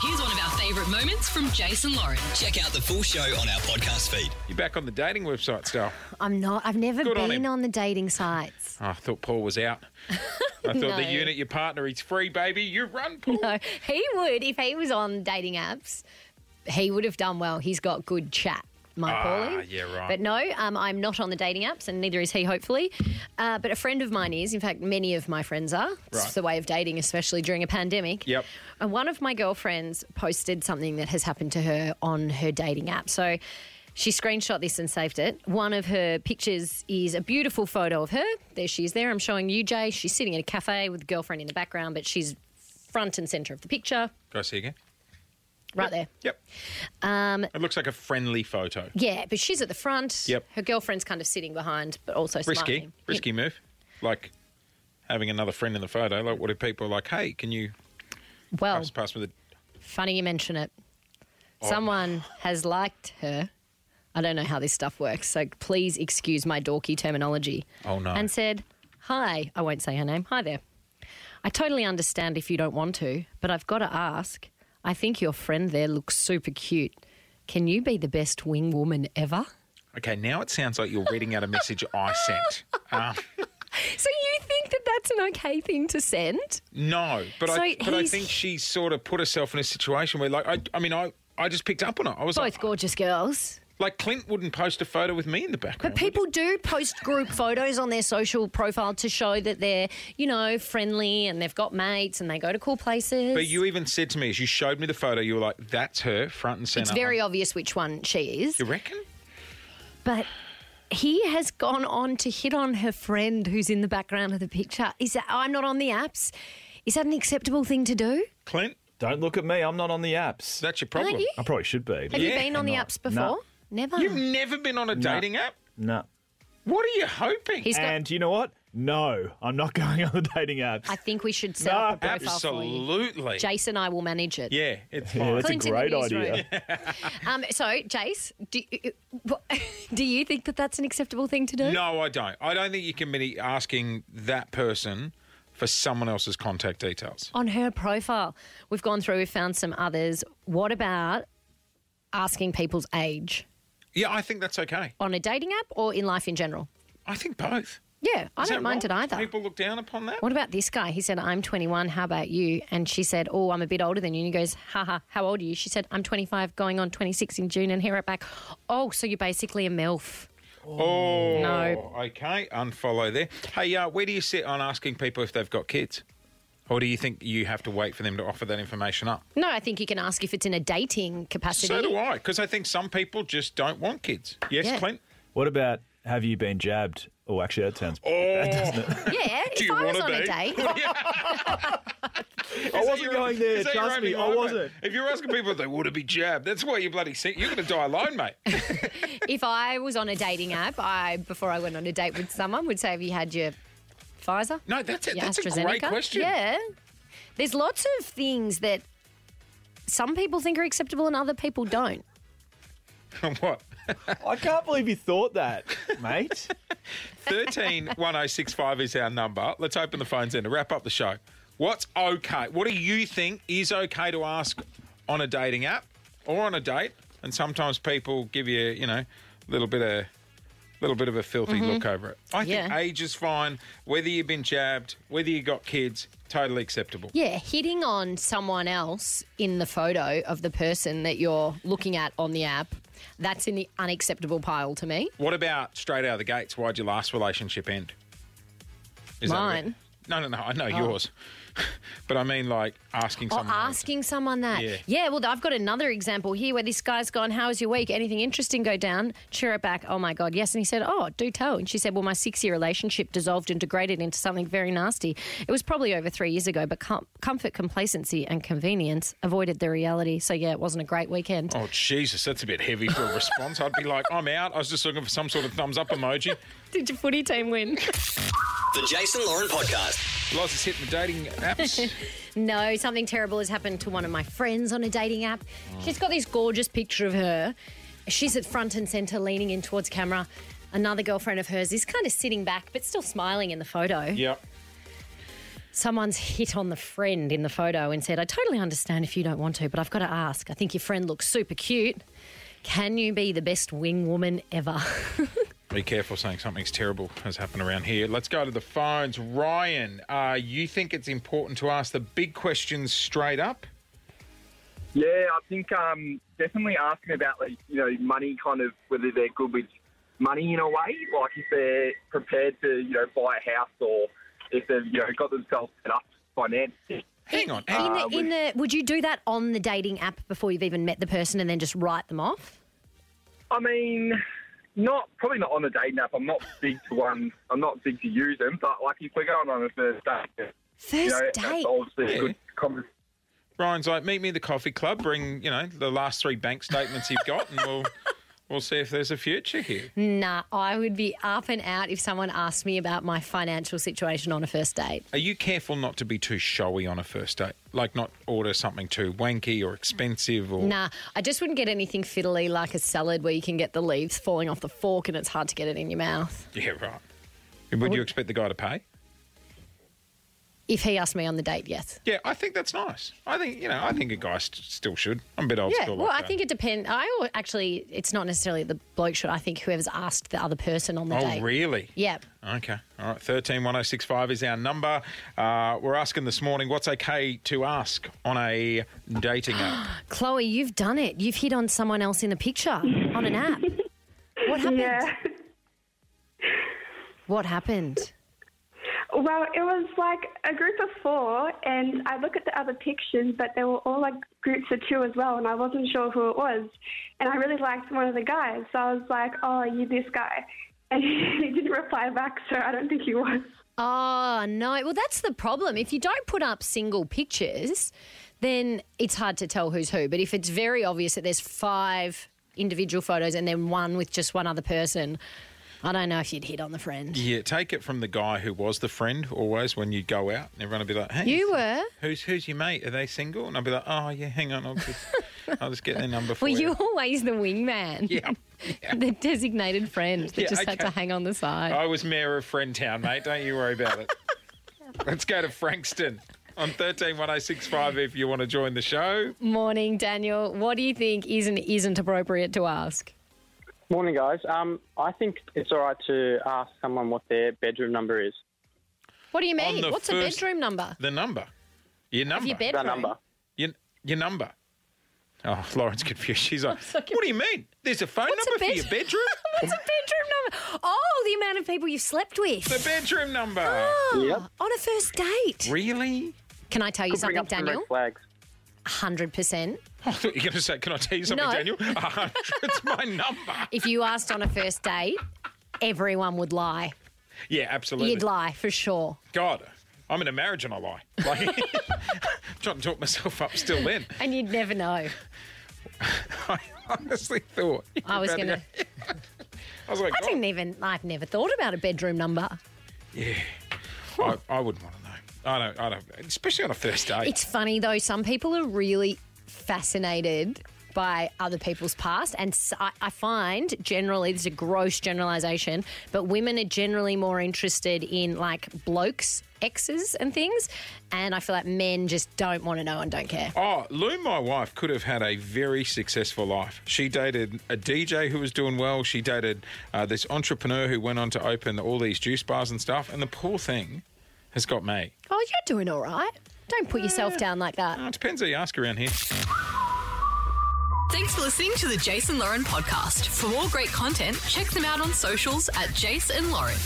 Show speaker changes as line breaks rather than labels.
Here's one of our favourite moments from Jason Lauren.
Check out the full show on our podcast feed.
You're back on the dating website, Star.
I'm not. I've never
Good on
been
him.
on, the dating sites.
Oh, I thought Paul was out. I thought
No.
the unit, your partner, he's free, baby. You run, Paul.
No, he would if he was on dating apps. He would have done well. He's got good chat, my
Ah,
Paulie.
yeah, right.
But no, um, I'm not on the dating apps, and neither is he. Hopefully, uh, but a friend of mine is. In fact, many of my friends are. It's
Right.
the way of dating, especially during a pandemic.
Yep.
And one of my girlfriends posted something that has happened to her on her dating app. So she screenshot this and saved it. One of her pictures is a beautiful photo of her. There she is there. I'm showing you, Jay. She's sitting at a cafe with a girlfriend in the background, but she's front and centre of the picture.
Can I see again?
Right there.
Yep. Um, it looks like a friendly photo.
Yeah, but she's at the front.
Yep.
Her girlfriend's kind of sitting behind, but also
Risky,
smiling.
risky move. Like having another friend in the photo. Like, what if people are like, hey, can you
Well,
pass, pass me the.
funny you mention it.
Oh.
Someone has liked her. I don't know how this stuff works, so please excuse my dorky terminology.
Oh, no.
And said, Hi, I won't say her name. Hi there. I totally understand if you don't want to, but I've got to ask. I think your friend there looks super cute. Can you be the best wing woman ever?
Okay, now it sounds like you're reading out a message I sent. Um,
So you think that that's an okay thing to send?
no, but I
So
but I
he's-
think she sort of put herself in a situation where, like, I, I mean, I, I just picked up on it. I was
Both
like,
gorgeous girls.
like, Clint wouldn't post a photo with me in the background.
But people do post group photos on their social profile to show that they're, you know, friendly and they've got mates and they go to cool places.
But you even said to me as you showed me the photo, you were like, "That's her, front and center."
it's very obvious which one she is.
You reckon?
But he has gone on to hit on her friend who's in the background of the picture. Is that I'm not on the apps? Is that an acceptable thing to do?
Clint,
Don't look at me. I'm not on the apps.
that's your problem.
Aren't you?
I probably should be.
Have
Yeah,
you been on
I'm
the
not.
apps
No.
before? Never.
have never been on a dating app.
No.
What are you hoping?
He's got.
And you know what? No, I'm not going on the dating apps.
I think we should set
No,
up a profile for you.
Absolutely.
Jason, I will manage it.
yeah, it's
yeah,
fine.
that's
Clint
a
in the
great
newsroom.
idea.
Um, so, Jace, do, do you think that that's an acceptable thing to do?
No, I don't. I don't think you can be asking that person for someone else's contact details.
on her profile. We've gone through, we've found some others. What about asking people's age
Yeah, I think that's okay.
on a dating app or in life in general?
I think both.
Yeah, I
Is
don't
that
mind
wrong?
it either.
People look down upon that.
What about this guy? He said, I'm 21, how about you? And she said, Oh, I'm a bit older than you. And he goes, Haha, how old are you? She said, I'm 25, going on 26 in June. And he wrote back, Oh, so you're basically a MILF.
Oh,
No.
Okay, unfollow there. Hey, uh, where do you sit on asking people if they've got kids? Or do you think you have to wait for them to offer that information up?
No, I think you can ask if it's in a dating capacity.
So do I, because I think some people just don't want kids. Yes,
Yeah.
Clint?
What about have you been jabbed? Oh, actually, that sounds.
Yeah, if
you
I was
wanna
on a
be?
date,
I wasn't going there.
Is that your
Trust
own
me, I
alignment?
wasn't.
If you're asking people if they want to be jabbed, that's why you bloody sick. You're going to die alone, mate.
if I was on a dating app, I before I went on a date with someone would say, "Have you had your Pfizer?
No, that's a,
your
that's a
AstraZeneca?"
great question.
Yeah, there's lots of things that some people think are acceptable and other people don't.
what?
I can't believe you thought that, mate.
131065 is our number. Let's open the phones in to wrap up the show. What's okay? What do you think is okay to ask on a dating app or on a date? And sometimes people give you, you know, a little bit of little bit of a filthy look over it. I think
Mm-hmm. Yeah.
age is fine, whether you've been jabbed, whether you got kids, totally acceptable.
Yeah, hitting on someone else in the photo of the person that you're looking at on the app, that's in the unacceptable pile to me.
What about straight out of the gates? Why'd your last relationship end? Is that
Mine? Oh.
it? No, no, no. I know yours, but I mean like asking
Or
someone. else.
Oh, asking someone that.
Yeah.
well, I've got another example here where this guy's gone, How was your week? Anything interesting go down? Cheer it back. Oh my God, yes. And he said, Oh, do tell. And she said, Well, my six year relationship dissolved and degraded into something very nasty. It was probably over three years ago, but com- comfort, complacency, and convenience avoided the reality. So, yeah, it wasn't a great weekend.
Oh Jesus, that's a bit heavy for a response. I'd be like, I'm out. I was just looking for some sort of thumbs up emoji.
Did your footy team win?
The Jason Lauren Podcast.
Loz is hitting the dating apps.
No, something terrible has happened to one of my friends on a dating app.
Oh.
She's got this gorgeous picture of her. She's at front and centre, leaning in towards camera. Another girlfriend of hers is kind of sitting back, but still smiling in the photo.
yep.
someone's hit on the friend in the photo and said, I totally understand if you don't want to, but I've got to ask. I think your friend looks super cute. Can you be the best wing woman ever?
Be careful saying something's terrible has happened around here. Let's go to the phones. Ryan, uh, you think it's important to ask the big questions straight up?
Yeah, I think um, definitely asking about like you know money, kind of whether they're good with money in a way, like if they're prepared to you know buy a house or if they've you know got themselves set up financially.
Hang on. hang
in
on.
the, in the, would you do that on the dating app before you've even met the person and then just write them off?
I mean, not probably not on a dating app. I'm not big to one. I'm not big to use them, but like if we're going on a first date, you
First
know,
date.
that's obviously a good conversation.
Ryan's like, meet me at the coffee club, bring, you know, the last three bank statements you've got, and we'll, we'll see if there's a future here.
Nah, I would be up and out if someone asked me about my financial situation on a first date.
Are you careful not to be too showy on a first date? Like, not order something too wanky or expensive or.
Nah, I just wouldn't get anything fiddly like a salad where you can get the leaves falling off the fork and it's hard to get it in your mouth.
Yeah, right. Would you expect the guy to pay?
If he asked me on the date, yes.
Yeah, I think that's nice. I think, you know, I think a guy st- still should. I'm a bit old
Yeah,
school.
well,
like
I
that.
think it depends. I al- actually, it's not necessarily the bloke should. I think whoever's asked the other person on the
Oh,
date.
really?
Yeah.
Okay. All right. 131065 is our number. Uh, we're asking this morning what's okay to ask on a dating app?
Chloe, you've done it. You've hit on someone else in the picture on an app. What happened?
Yeah.
What happened?
Well, it was like a group of four, and I look at the other pictures, but they were all like groups of two as well, and I wasn't sure who it was. And I really liked one of the guys, so I was like, "Oh, are you this guy?" And he didn't reply back, so I don't think he was.
Oh, no. Well, that's the problem. If you don't put up single pictures, then it's hard to tell who's who. But if it's very obvious that there's five individual photos and then one with just one other person, I don't know if you'd hit on the friend.
Yeah, take it from the guy who was the friend always when you go out, and everyone would be like, "Hey,
You were.
who's who's your mate? Are they single?" And I'd be like, "Oh yeah, hang on, I'll just I'll just get their number for
Were
you."
you always the wingman?
Yeah.
the designated friend that
Yeah,
just had
okay.
to hang on the side.
I was mayor of Friendtown, mate. Don't you worry about it. Let's go to Frankston on thirteen one zero six five if you want to join the show.
Morning, Daniel. What do you think is and isn't appropriate to ask?
Morning, guys. Um, I think it's all right to ask someone what their bedroom number is.
What do you
On
mean?
the
What's
first-
a bedroom number?
The number, your number,
Of your
Their
bedroom.
number.
your, your number. Oh, Lauren's confused. She's like, "What do you mean? There's a phone
What's a
number for
bed-
your bedroom?
What's a bedroom number? Oh, the amount of people you've slept with.
the bedroom number?
Oh,
Yep.
On a first date.
Really?
Can I tell you
Could bring
something,
up some
Daniel?
red flags.
100%.
I thought you were going to say, "Can I tell you something,
No.
Daniel? Daniel?" A hundred, it's my number.
If you asked on a first date, everyone would lie.
Yeah, absolutely.
You'd lie for sure.
God, I'm in a marriage and I lie. Like, trying to talk myself up still then.
And you'd never know.
I honestly thought. you were
I was
about
going to.
go- I was like,
I didn't even. I've never thought about a bedroom number.
God, I, I wouldn't want to know. I don't, I don't, especially on a first date.
It's funny though. Some people are really fascinated by other people's past, and s- I, I find generally this is a gross generalization, but women are generally more interested in like blokes, exes, and things. And I feel like men just don't want to know and don't care.
Oh, Lou, my wife, could have had a very successful life. She dated a DJ who was doing well. She dated uh, this entrepreneur who went on to open all these juice bars and stuff. And the poor thing has got me.
Oh, you're doing all right. Don't put yourself down like that.
Oh, it depends who you ask around here.
Thanks for listening to the Jason Lauren podcast. For more great content, check them out on socials at Jason Lauren.